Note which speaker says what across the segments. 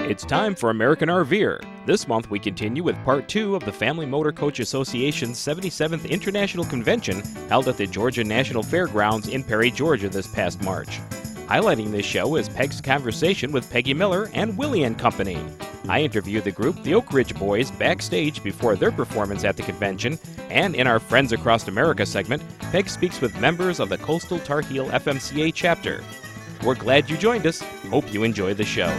Speaker 1: It's time for American RVer. This month we continue with part two of the Family Motor Coach Association's 77th International Convention held at the Georgia National Fairgrounds in Perry, Georgia this past March. Highlighting this show is Peg's conversation with Peggy Miller and Willie and Company. I interview the group The Oak Ridge Boys backstage before their performance at the convention, and in our Friends Across America segment, Peg speaks with members of the Coastal Tar Heel FMCA chapter. We're glad you joined us. Hope you enjoy the show.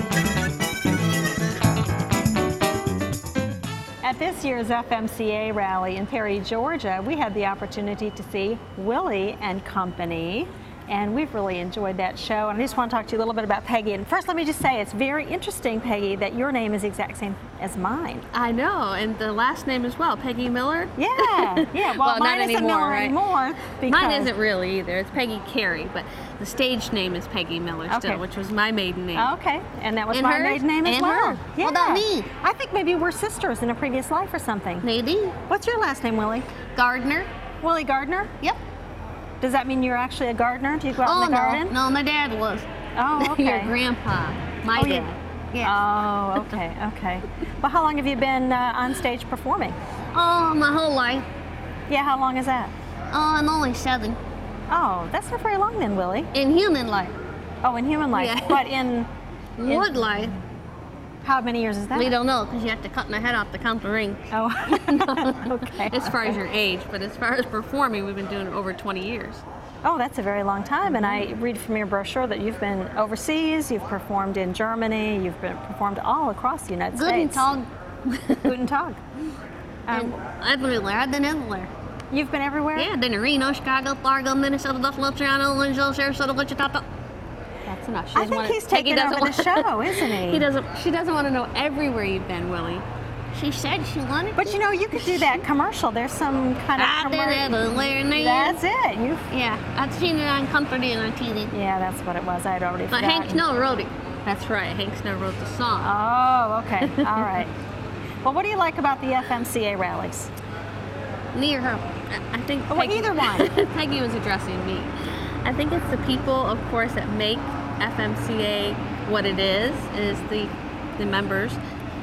Speaker 2: At this year's FMCA rally in Perry, Georgia, we had the opportunity to see Willie and Company. And we've really enjoyed that show. And I just want to talk to you a little bit about Peggy. And first, let me just say it's very interesting, Peggy, that your name is the exact same as mine.
Speaker 3: I know, and the last name as well, Peggy Miller.
Speaker 2: Yeah, yeah. Well,
Speaker 3: Well, not
Speaker 2: mine isn't
Speaker 3: anymore,
Speaker 2: Miller
Speaker 3: right?
Speaker 2: anymore. Because,
Speaker 3: Mine isn't really either. It's Peggy Carey, but the stage name is Peggy Miller
Speaker 2: Okay. Oh.
Speaker 3: still, which was my maiden name.
Speaker 2: Okay, and that was
Speaker 3: And
Speaker 2: my
Speaker 3: her,
Speaker 2: maiden name as
Speaker 3: and
Speaker 2: well.
Speaker 3: her. What about me?
Speaker 2: I think maybe we're sisters in a previous life or something.
Speaker 3: Maybe
Speaker 2: What's your last name, Willie?
Speaker 3: Gardner.
Speaker 2: Willie Gardner?
Speaker 3: Yep.
Speaker 2: Does that mean you're actually a gardener? Do you go out
Speaker 3: Oh
Speaker 2: in the
Speaker 3: no,
Speaker 2: garden?
Speaker 3: no, my dad was.
Speaker 2: Oh, okay.
Speaker 3: Your grandpa, my
Speaker 2: Oh,
Speaker 3: dad.
Speaker 2: yeah.
Speaker 3: Yeah.
Speaker 2: Oh, okay, okay. Well, how long have you been uh, on stage performing?
Speaker 3: oh, my whole life.
Speaker 2: Yeah, how long is that?
Speaker 3: Oh, I'm only seven
Speaker 2: Oh, that's not very long then, Willie.
Speaker 3: in human life.
Speaker 2: Oh, in human life,
Speaker 3: Yeah.
Speaker 2: but in In-
Speaker 3: Wood life,
Speaker 2: how many years is that?
Speaker 3: we don't know because you have to cut my head off to count the ring.
Speaker 2: Oh, okay.
Speaker 3: As far as your age, but as far as performing, we've been doing it over 20 years.
Speaker 2: Oh, that's a very long time. And I read from your brochure that you've been overseas, you've performed in Germany, you've been performed all across the United
Speaker 3: Good and
Speaker 2: States.
Speaker 3: tall.
Speaker 2: Guten Tag.
Speaker 3: And
Speaker 2: Um,
Speaker 3: everywhere. I've been everywhere.
Speaker 2: you've been everywhere?
Speaker 3: Yeah, I've been in Reno, Chicago, Fargo, Minnesota, Buffalo, Toronto, Louisville, Sarasota, Wichita. Th- That's enough. She
Speaker 2: I
Speaker 3: doesn't
Speaker 2: think
Speaker 3: wanna-
Speaker 2: he's
Speaker 3: Peggy
Speaker 2: taking
Speaker 3: doesn't
Speaker 2: over the
Speaker 3: wanna-
Speaker 2: show, isn't he?
Speaker 3: he doesn't. She doesn't want to know everywhere you've been, Willie. She said she wanted.
Speaker 2: But you know, you could do that commercial. There's some kind of
Speaker 3: I've been
Speaker 2: commercial.
Speaker 3: everywhere. man.
Speaker 2: That's it. You.
Speaker 3: Yeah, I've seen it on Comfort Inn on TV.
Speaker 2: Yeah, that's what it was. I had already.
Speaker 3: But Hank
Speaker 2: forgotten.
Speaker 3: Snow wrote it. That's right. Hank Snow wrote the song.
Speaker 2: Oh, okay. All right. Well, what do you like about the FMCA rallies?
Speaker 3: Me or her? I- I think.
Speaker 2: Oh, well, either one.
Speaker 3: Peggy was addressing me. I think it's the people, of course, that make FMCA what it is. Is the the members.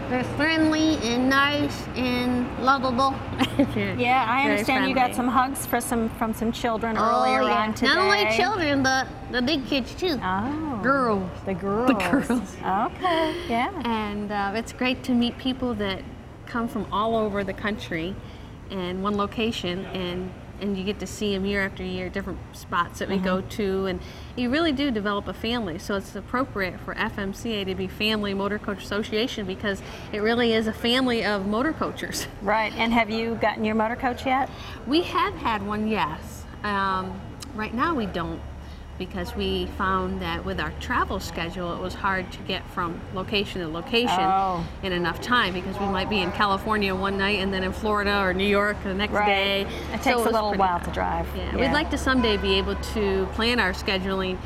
Speaker 3: They're friendly and nice and lovable.
Speaker 2: Yeah, I
Speaker 3: Very
Speaker 2: understand you got
Speaker 3: friendly.
Speaker 2: some hugs for some from some children
Speaker 3: Oh,
Speaker 2: earlier
Speaker 3: yeah.
Speaker 2: on today.
Speaker 3: Not only children, but the big kids too.
Speaker 2: Oh.
Speaker 3: Girls.
Speaker 2: The girls.
Speaker 3: girls.
Speaker 2: Okay. Yeah.
Speaker 3: And uh, it's great to meet people that come from all over the country in one location and and you get to see them year after year, different spots that we go to, and you really do develop a family. So it's appropriate for FMCA to be Family Motor Coach Association because it really is a family of motor coachers.
Speaker 2: Right. And have you gotten your motor coach yet?
Speaker 3: We have had one, yes. Um, right now we don't because we found that with our travel schedule, it was hard to get from location to location
Speaker 2: Oh.
Speaker 3: in enough time because we might be in California one night and then in Florida or New York the next day. So
Speaker 2: It takes
Speaker 3: was
Speaker 2: a little
Speaker 3: pretty-
Speaker 2: while to drive.
Speaker 3: Yeah, we'd like to someday be able to plan our scheduling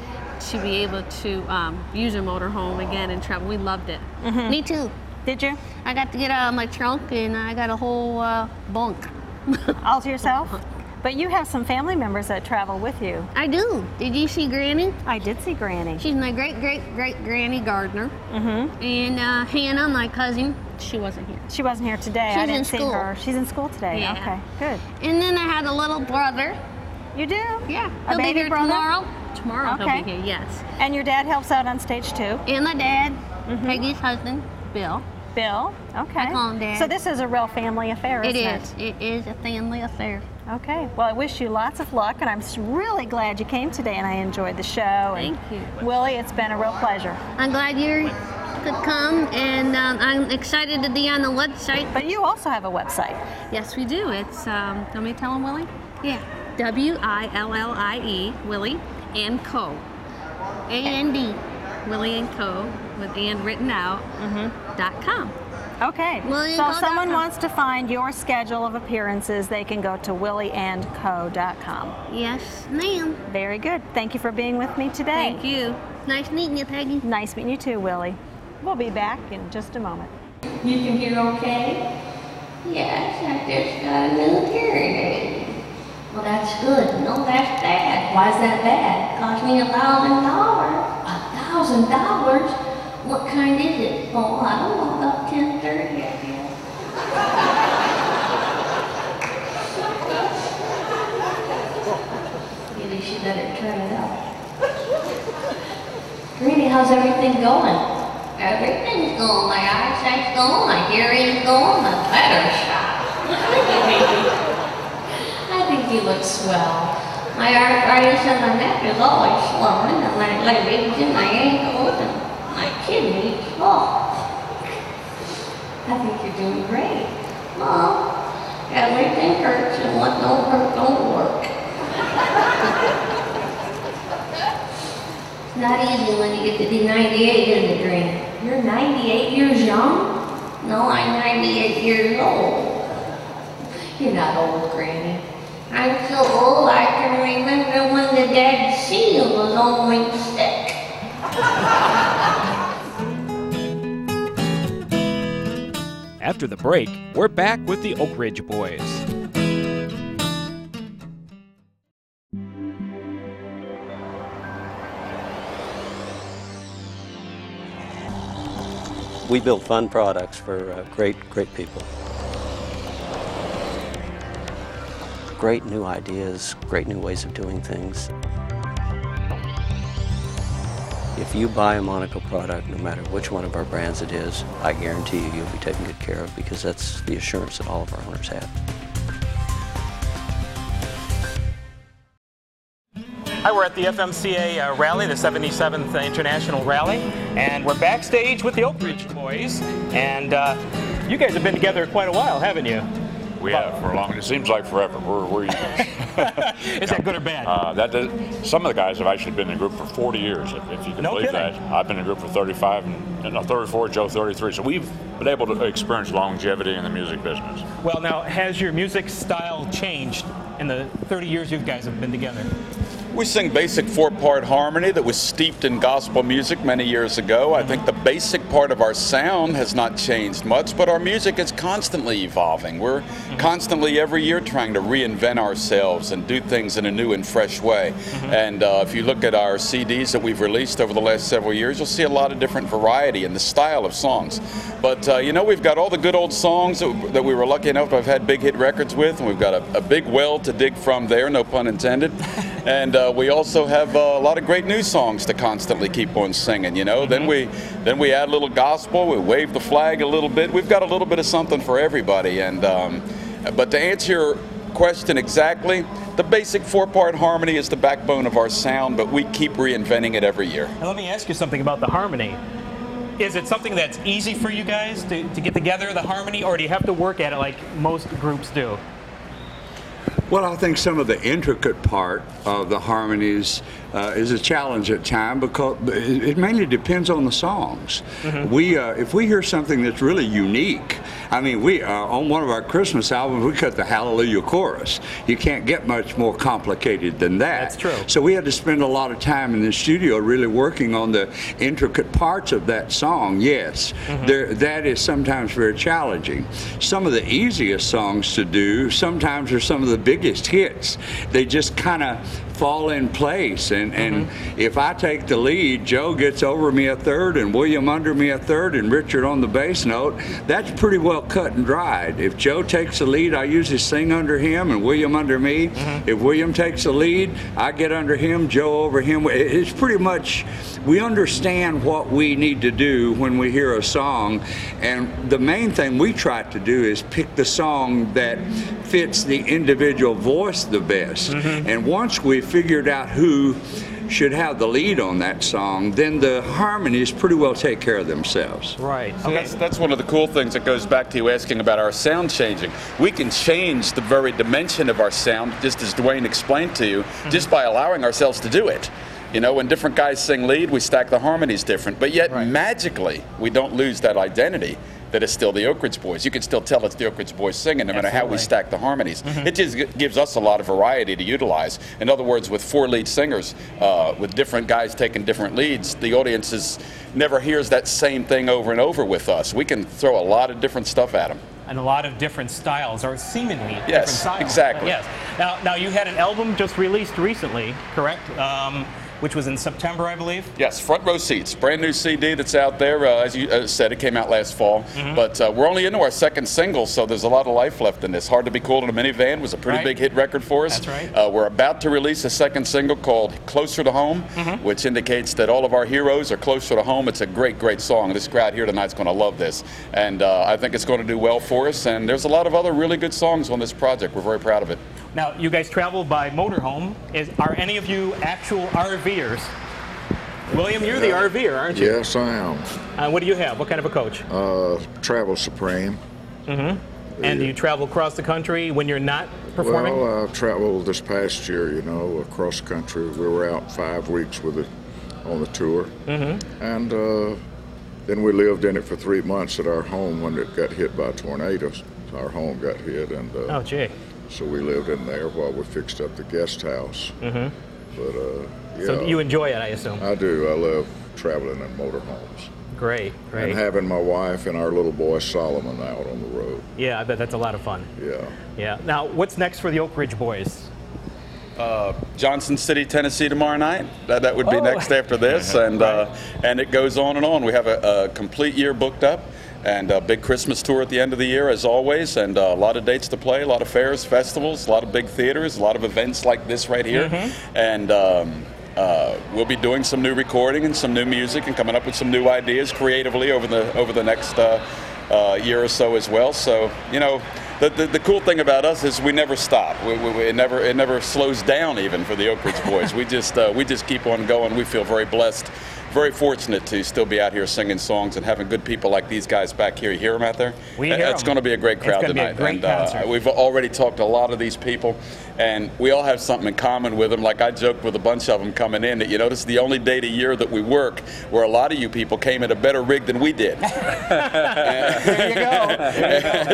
Speaker 3: to be able to um, use a motorhome again and travel. We loved it.
Speaker 2: Mm-hmm.
Speaker 3: Me too.
Speaker 2: Did you?
Speaker 3: I got to get out of my trunk and I got a whole uh, bunk.
Speaker 2: All to yourself?
Speaker 3: Uh-huh.
Speaker 2: But you have some family members that travel with you.
Speaker 3: I do. Did you see Granny?
Speaker 2: I did see Granny.
Speaker 3: She's my great great great granny gardener. Mm-hmm. And uh, Hannah, my cousin, she wasn't here.
Speaker 2: She wasn't here today. I
Speaker 3: She's
Speaker 2: didn't
Speaker 3: in
Speaker 2: see
Speaker 3: school.
Speaker 2: her. She's in school today.
Speaker 3: Yeah.
Speaker 2: Okay.
Speaker 3: And then I had a little brother.
Speaker 2: Good. You do?
Speaker 3: Yeah,
Speaker 2: A
Speaker 3: he'll
Speaker 2: baby
Speaker 3: be here
Speaker 2: brother?
Speaker 3: tomorrow. Tomorrow
Speaker 2: Okay.
Speaker 3: he'll be here. Yes.
Speaker 2: And your dad helps out on stage too.
Speaker 3: And my dad, Peggy's husband, Bill.
Speaker 2: Bill. Okay.
Speaker 3: call him Dad.
Speaker 2: So this is a real family affair,
Speaker 3: It
Speaker 2: isn't it?
Speaker 3: is. It is a family affair.
Speaker 2: Okay. Well, I wish you lots of luck, and I'm s- really glad you came today, and I enjoyed the show. And
Speaker 3: Thank you.
Speaker 2: Willie, it's been a real pleasure.
Speaker 3: I'm glad you could come, and um, I'm excited to be on the website.
Speaker 2: But you also have a website.
Speaker 3: Yes, we do. It's um, let me tell him, Willie. Yeah. W i l l i e Willie and Co. A and D. Willie and Co. with and written out. Dot com.
Speaker 2: Okay.
Speaker 3: Willie
Speaker 2: so
Speaker 3: and
Speaker 2: if
Speaker 3: Co.
Speaker 2: someone
Speaker 3: dot com.
Speaker 2: wants to find your schedule of appearances, they can go to willieandco.com.
Speaker 3: Yes, ma'am.
Speaker 2: Very good. Thank you for being with me today.
Speaker 3: Thank you. Nice meeting you, Peggy.
Speaker 2: Nice meeting you too, Willie. We'll be back in just a moment.
Speaker 4: You can hear okay? Yes, I just got a military baby. Well, that's good. No, that's bad. Why's that bad? Cost me a thousand dollars. A thousand dollars?
Speaker 3: What kind is it? Oh, I don't know, about ten thirty, I guess. Maybe she better turn it up. Greenie, how's everything going? Everything's going. My eyesight's going. My hearing's going. My letter's shot. I think you look swell. My arthritis in my neck is always swollen, and my legs and my ankles and my kidneys. Oh, I think you're doing great. Mom, everything hurts, and what don't hurt don't work. It's not easy when you get to be 98 in the dream. You're 98 years young? No, I'm 98 years old. You're not old, Granny. I'm so old I can remember when the dead seal was on my stick.
Speaker 1: After the break, we're back with the Oak Ridge Boys.
Speaker 5: We build fun products for uh, great, great people. Great new ideas, great new ways of doing things. If you buy a Monaco product, no matter which one of our brands it is, I guarantee you you'll be taken good care of because that's the assurance that all of our owners have.
Speaker 1: Hi, we're at the FMCA uh, rally, the 77th International Rally, and we're backstage with the Oak Ridge Boys. And uh, you guys have been together quite a while, haven't you?
Speaker 6: We have for long. It seems like forever. We're, we're years.
Speaker 1: Is that good or bad?
Speaker 6: Uh, that does, some of the guys have actually been in the group for 40 years, if, if you can
Speaker 1: No
Speaker 6: believe
Speaker 1: kidding.
Speaker 6: that. I've been in the group for 35, and, and uh, 34, Joe 33. So we've been able to experience longevity in the music business.
Speaker 1: well, now, has your music style changed in the 30 years you guys have been together?
Speaker 7: We sing basic four part harmony that was steeped in gospel music many years ago. I think the basic part of our sound has not changed much, but our music is constantly evolving. We're constantly every year trying to reinvent ourselves and do things in a new and fresh way. And uh, if you look at our CDs that we've released over the last several years, you'll see a lot of different variety in the style of songs. But uh, you know, we've got all the good old songs that, that we were lucky enough to have had big hit records with, and we've got a, a big well to dig from there, no pun intended. and uh, we also have uh, a lot of great new songs to constantly keep on singing. You know, then we then we add a little gospel, we wave the flag a little bit. We've got a little bit of something for everybody. And um, but to answer your question exactly, the basic four-part harmony is the backbone of our sound, but we keep reinventing it every year.
Speaker 1: Now, let me ask you something about the harmony. Is it something that's easy for you guys to, to get together, the harmony, or do you have to work at it like most groups do?
Speaker 8: Well, I think some of the intricate part of the harmonies uh, is a challenge at time because it it mainly depends on the songs.
Speaker 1: Mm-hmm.
Speaker 8: We, uh, if we hear something that's really unique, I mean, we uh, on one of our Christmas albums we cut the Hallelujah chorus. You can't get much more complicated than that.
Speaker 1: That's true.
Speaker 8: So we had to spend a lot of time in the studio really working on the intricate parts of that song. Yes, there, that is sometimes very challenging. Some of the easiest songs to do sometimes are some of the biggest hits. They just kind of fall in place. And, and if I take the lead, Joe gets over me a third, and William under me a third, and Richard on the bass note. That's pretty well cut and dried. If Joe takes the lead, I usually sing under him, and William under me.
Speaker 7: Mm-hmm.
Speaker 8: If William takes the lead, I get under him, Joe over him. It- It's pretty much, we understand what we need to do when we hear a song. And the main thing we try to do is pick the song that fits the individual voice the best. And once we figured out who should have the lead on that song, then the harmonies pretty well take care of themselves.
Speaker 1: Right.
Speaker 7: So that's, that's one of the cool things that goes back to you asking about our sound changing. We can change the very dimension of our sound, just as Dwayne explained to you, just by allowing ourselves to do it. You know, when different guys sing lead, we stack the harmonies different, but yet magically, we don't lose that identity that is still the Oak Ridge Boys. You can still tell it's the Oak Ridge Boys singing, no matter how we stack the harmonies. It just g- gives us a lot of variety to utilize. In other words, with four lead singers, uh, with different guys taking different leads, the audience is never hears that same thing over and over with us. We can throw a lot of different stuff at them.
Speaker 1: and a lot of different styles, or seemingly different
Speaker 7: Yes,
Speaker 1: styles.
Speaker 7: exactly.
Speaker 1: Yes. Now, now you had an album just released recently, correct? Um, which was in September, I believe.
Speaker 7: Yes, front row seats. Brand new CD that's out there. Uh, as you uh, said, it came out last fall.
Speaker 1: Mm-hmm.
Speaker 7: But uh, we're only into our second single, so there's a lot of life left in this. Hard to Be Cool in a Minivan was a pretty
Speaker 1: Right.
Speaker 7: big hit record for us.
Speaker 1: That's right.
Speaker 7: Uh, we're about to release a second single called Closer to Home,
Speaker 1: Mm-hmm.
Speaker 7: which indicates that all of our heroes are closer to home. It's a great, great song. This crowd here tonight's going to love this. And uh, I think it's going to do well for us. And there's a lot of other really good songs on this project. We're very proud of it.
Speaker 1: Now, you guys travel by motorhome. Is, are any of you actual RVers? William, you're the RVer, aren't you?
Speaker 6: Yes, I am.
Speaker 1: Uh, what do you have? What kind of a coach?
Speaker 6: Uh, Travel Supreme.
Speaker 1: and do you travel across the country when you're not performing?
Speaker 6: Well, I traveled this past year, you know, across the country. We were out five weeks with it on the tour. Mm-hmm. And uh, then we lived in it for three months at our home when it got hit by tornadoes. Our home got hit, and uh,
Speaker 1: oh, gee.
Speaker 6: so we lived in there while we fixed up the guest house. Mm-hmm. But uh, yeah,
Speaker 1: So you enjoy it, I assume.
Speaker 6: I do. I love traveling in motorhomes
Speaker 1: great, great.
Speaker 6: and having my wife and our little boy Solomon out on the road.
Speaker 1: yeah, I bet that's a lot of fun.
Speaker 6: Yeah.
Speaker 1: Yeah. Now, what's next for the Oak Ridge Boys?
Speaker 7: Johnson City, Tennessee tomorrow night. That, that would be
Speaker 1: Oh.
Speaker 7: next after this, and uh, and it goes on and on. We have a, a complete year booked up, and a big Christmas tour at the end of the year, as always, and uh, a lot of dates to play, a lot of fairs, festivals, a lot of big theaters, a lot of events like this right here, and. Um, uh, we'll be doing some new recording and some new music and coming up with some new ideas creatively over the over the next uh, uh, year or so as well. So you know, the, the, the cool thing about us is we never stop. We, we, we- it never it never slows down even for the Oak Ridge Boys. we just uh, we just keep on going. We feel very blessed, very fortunate to still be out here singing songs and having good people like these guys back here. You hear them out there?
Speaker 1: We
Speaker 7: That-
Speaker 1: hear
Speaker 7: That's
Speaker 1: 'em.
Speaker 7: going to be a great
Speaker 1: It's
Speaker 7: crowd
Speaker 1: gonna be a
Speaker 7: tonight.
Speaker 1: great
Speaker 7: and uh,
Speaker 1: concert.
Speaker 7: we've already talked to a lot of these people, and we all have something in common with them. Like I joked with a bunch of them coming in that you notice the only day of the year that we work where a lot of you people came in a better rig than we did.
Speaker 1: There you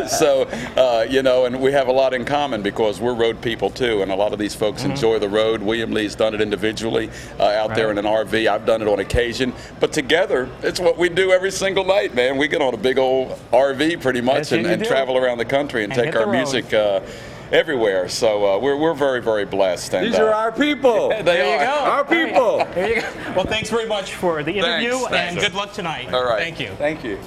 Speaker 1: go.
Speaker 7: so, uh, you know, and we have a lot in common because we're road people too, and a lot of these folks
Speaker 1: Mm-hmm.
Speaker 7: enjoy the road. William Lee's done it individually uh, out there in an RV. I've done it on occasion, but together, it's what we do every single night, man. We get on a big old RV pretty much
Speaker 1: That's what
Speaker 7: and,
Speaker 1: you
Speaker 7: and
Speaker 1: do.
Speaker 7: travel around the country and,
Speaker 1: And
Speaker 7: take
Speaker 1: hit
Speaker 7: our
Speaker 1: the road.
Speaker 7: music uh, everywhere. So uh, we're, we're very, very blessed. And,
Speaker 9: These are
Speaker 7: uh,
Speaker 9: our people.
Speaker 7: they
Speaker 1: There you
Speaker 7: are.
Speaker 1: go.
Speaker 9: Our people.
Speaker 1: There you go. Well, thanks very much for the interview
Speaker 7: Thanks, thanks.
Speaker 1: and good luck tonight.
Speaker 7: All right.
Speaker 1: Thank you.
Speaker 7: Thank you.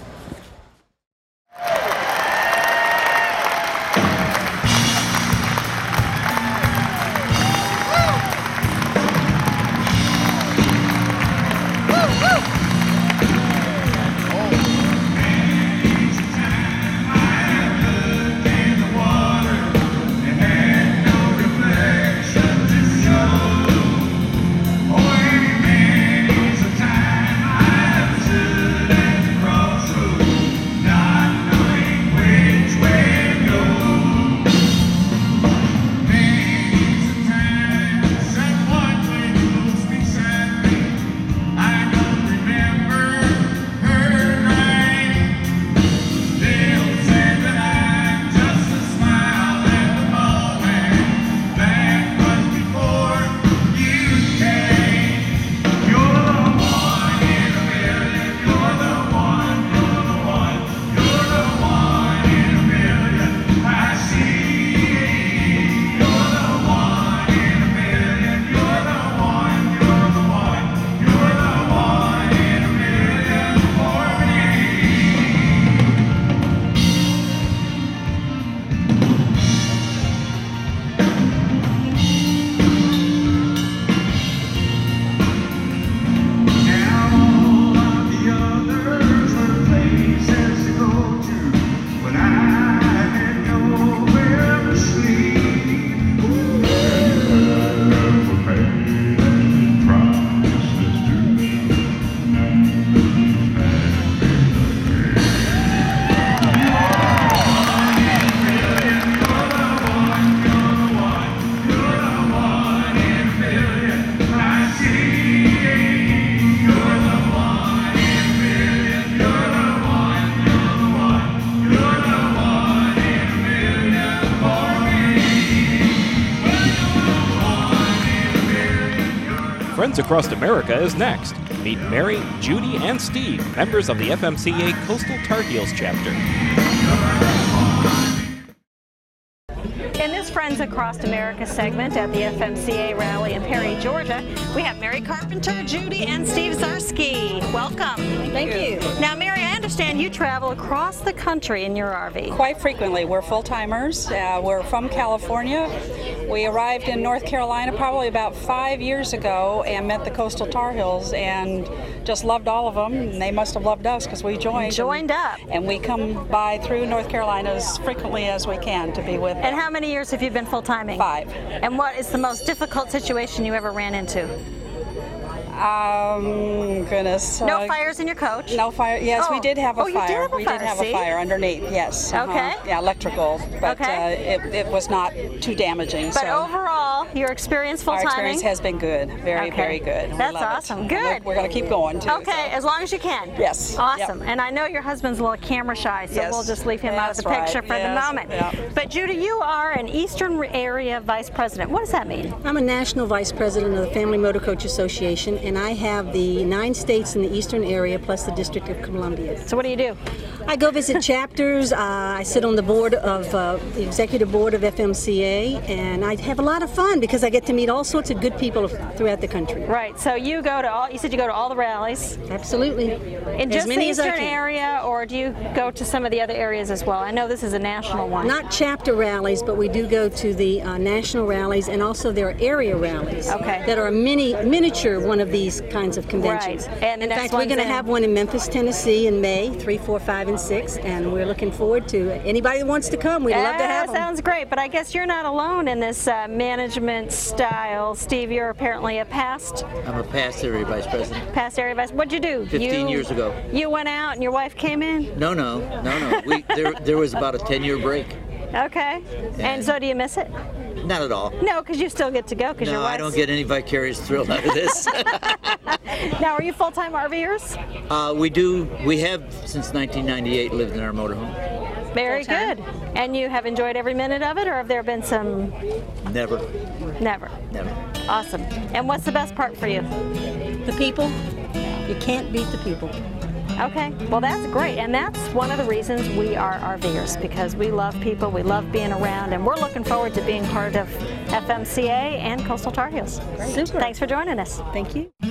Speaker 1: Friends Across America is next. Meet Mary, Judy, and Steve, members of the FMCA Coastal Tar Heels chapter.
Speaker 2: In this Friends Across America segment at the FMCA rally in Perry, Georgia. We have Mary Carpenter, Judy, and Steve Zarsky. Welcome. Thank you. Now, Mary, I understand you travel across the country in your RV.
Speaker 7: Quite frequently, we're full timers. Uh, we're from California. We arrived in North Carolina probably about five years ago and met the Coastal Tar Heels and just loved all of them. And they must have loved us because we joined.
Speaker 2: Joined up.
Speaker 7: And we come by through North Carolina as frequently as we can to be with
Speaker 2: And how many years have you been full timing?
Speaker 7: Five.
Speaker 2: And what is the most difficult situation you ever ran into?
Speaker 7: Um, goodness.
Speaker 2: No
Speaker 7: uh,
Speaker 2: fires in your coach?
Speaker 7: No fire. Yes,
Speaker 2: Oh.
Speaker 7: we did have a
Speaker 2: Oh, you did
Speaker 7: fire.
Speaker 2: have a
Speaker 7: we
Speaker 2: fire,
Speaker 7: did have
Speaker 2: see?
Speaker 7: a fire underneath. Yes. uh-huh.
Speaker 2: Okay.
Speaker 7: Yeah, electrical, but
Speaker 2: Okay.
Speaker 7: uh, it, it was not too damaging.
Speaker 2: But
Speaker 7: so
Speaker 2: overall, your experience full
Speaker 7: our
Speaker 2: timing?
Speaker 7: experience has been good. Very,
Speaker 2: Okay.
Speaker 7: very good. We
Speaker 2: That's
Speaker 7: love it.
Speaker 2: awesome.
Speaker 7: And
Speaker 2: Good.
Speaker 7: we're- We're, going to keep going too.
Speaker 2: Okay, as long as you can.
Speaker 7: Yes.
Speaker 2: Awesome.
Speaker 7: Yep.
Speaker 2: And I know your husband's a little camera shy, so
Speaker 7: Yes.
Speaker 2: we'll just leave him out of
Speaker 7: That's
Speaker 2: the picture
Speaker 7: right.
Speaker 2: for the
Speaker 7: Yes.
Speaker 2: moment.
Speaker 7: Yep.
Speaker 2: But Judy, you are an Eastern Area Vice President. What does that mean?
Speaker 3: I'm a national vice president of the Family Motor Coach Association, and I have the nine states in the eastern area plus the District of Columbia.
Speaker 2: So what do you do?
Speaker 3: I go visit chapters. Uh, I sit on the board of uh, the executive board of FMCA, and I have a lot of fun because I get to meet all sorts of good people throughout the country.
Speaker 2: Right. So you go to all. You said you go to all the rallies
Speaker 3: Absolutely.
Speaker 2: in
Speaker 3: as
Speaker 2: just
Speaker 3: many
Speaker 2: the
Speaker 3: as I
Speaker 2: Eastern
Speaker 3: can.
Speaker 2: area, or do you go to some of the other areas as well? I know this is a national one.
Speaker 3: Not chapter rallies, but we do go to the uh, national rallies, and also there are area rallies
Speaker 2: Okay.
Speaker 3: that are a mini miniature one of these kinds of conventions.
Speaker 2: Right, and the
Speaker 3: in
Speaker 2: next
Speaker 3: fact, we're
Speaker 2: one's
Speaker 3: going to
Speaker 2: in-
Speaker 3: have one in Memphis, Tennessee, in May, three, four, five, and six, and we're looking forward to it. anybody that wants to come. We'd love to
Speaker 2: Ah,
Speaker 3: have them.
Speaker 2: sounds great, but I guess you're not alone in this uh, management style, Steve. You're apparently a past
Speaker 5: I'm a past area vice president.
Speaker 2: past area vice. What'd you do? You-
Speaker 5: 15 years ago.
Speaker 2: You went out and your wife came in.
Speaker 5: No, no, no, no. We, there, there was about a 10 year break.
Speaker 2: Okay. And so do you miss it?
Speaker 5: Not at all.
Speaker 2: No, because you still get to go because your
Speaker 5: No,
Speaker 2: wife's.
Speaker 5: I don't get any vicarious thrill out of this.
Speaker 2: Now, are you full-time RVers?
Speaker 5: uh, we do, we have since 1998 lived in our motorhome.
Speaker 2: Very
Speaker 10: Full-time.
Speaker 2: good. And you have enjoyed every minute of it, or have there been some
Speaker 5: Never,
Speaker 2: never?
Speaker 5: never.
Speaker 2: Awesome. And what's the best part for you?
Speaker 3: The people, you can't beat the people.
Speaker 2: Okay. Well, that's great. And that's one of the reasons we are RVers because we love people, we love being around, and we're looking forward to being part of FMCA and Coastal Tar Heels.
Speaker 3: Super.
Speaker 2: Thanks for joining us.
Speaker 3: Thank you.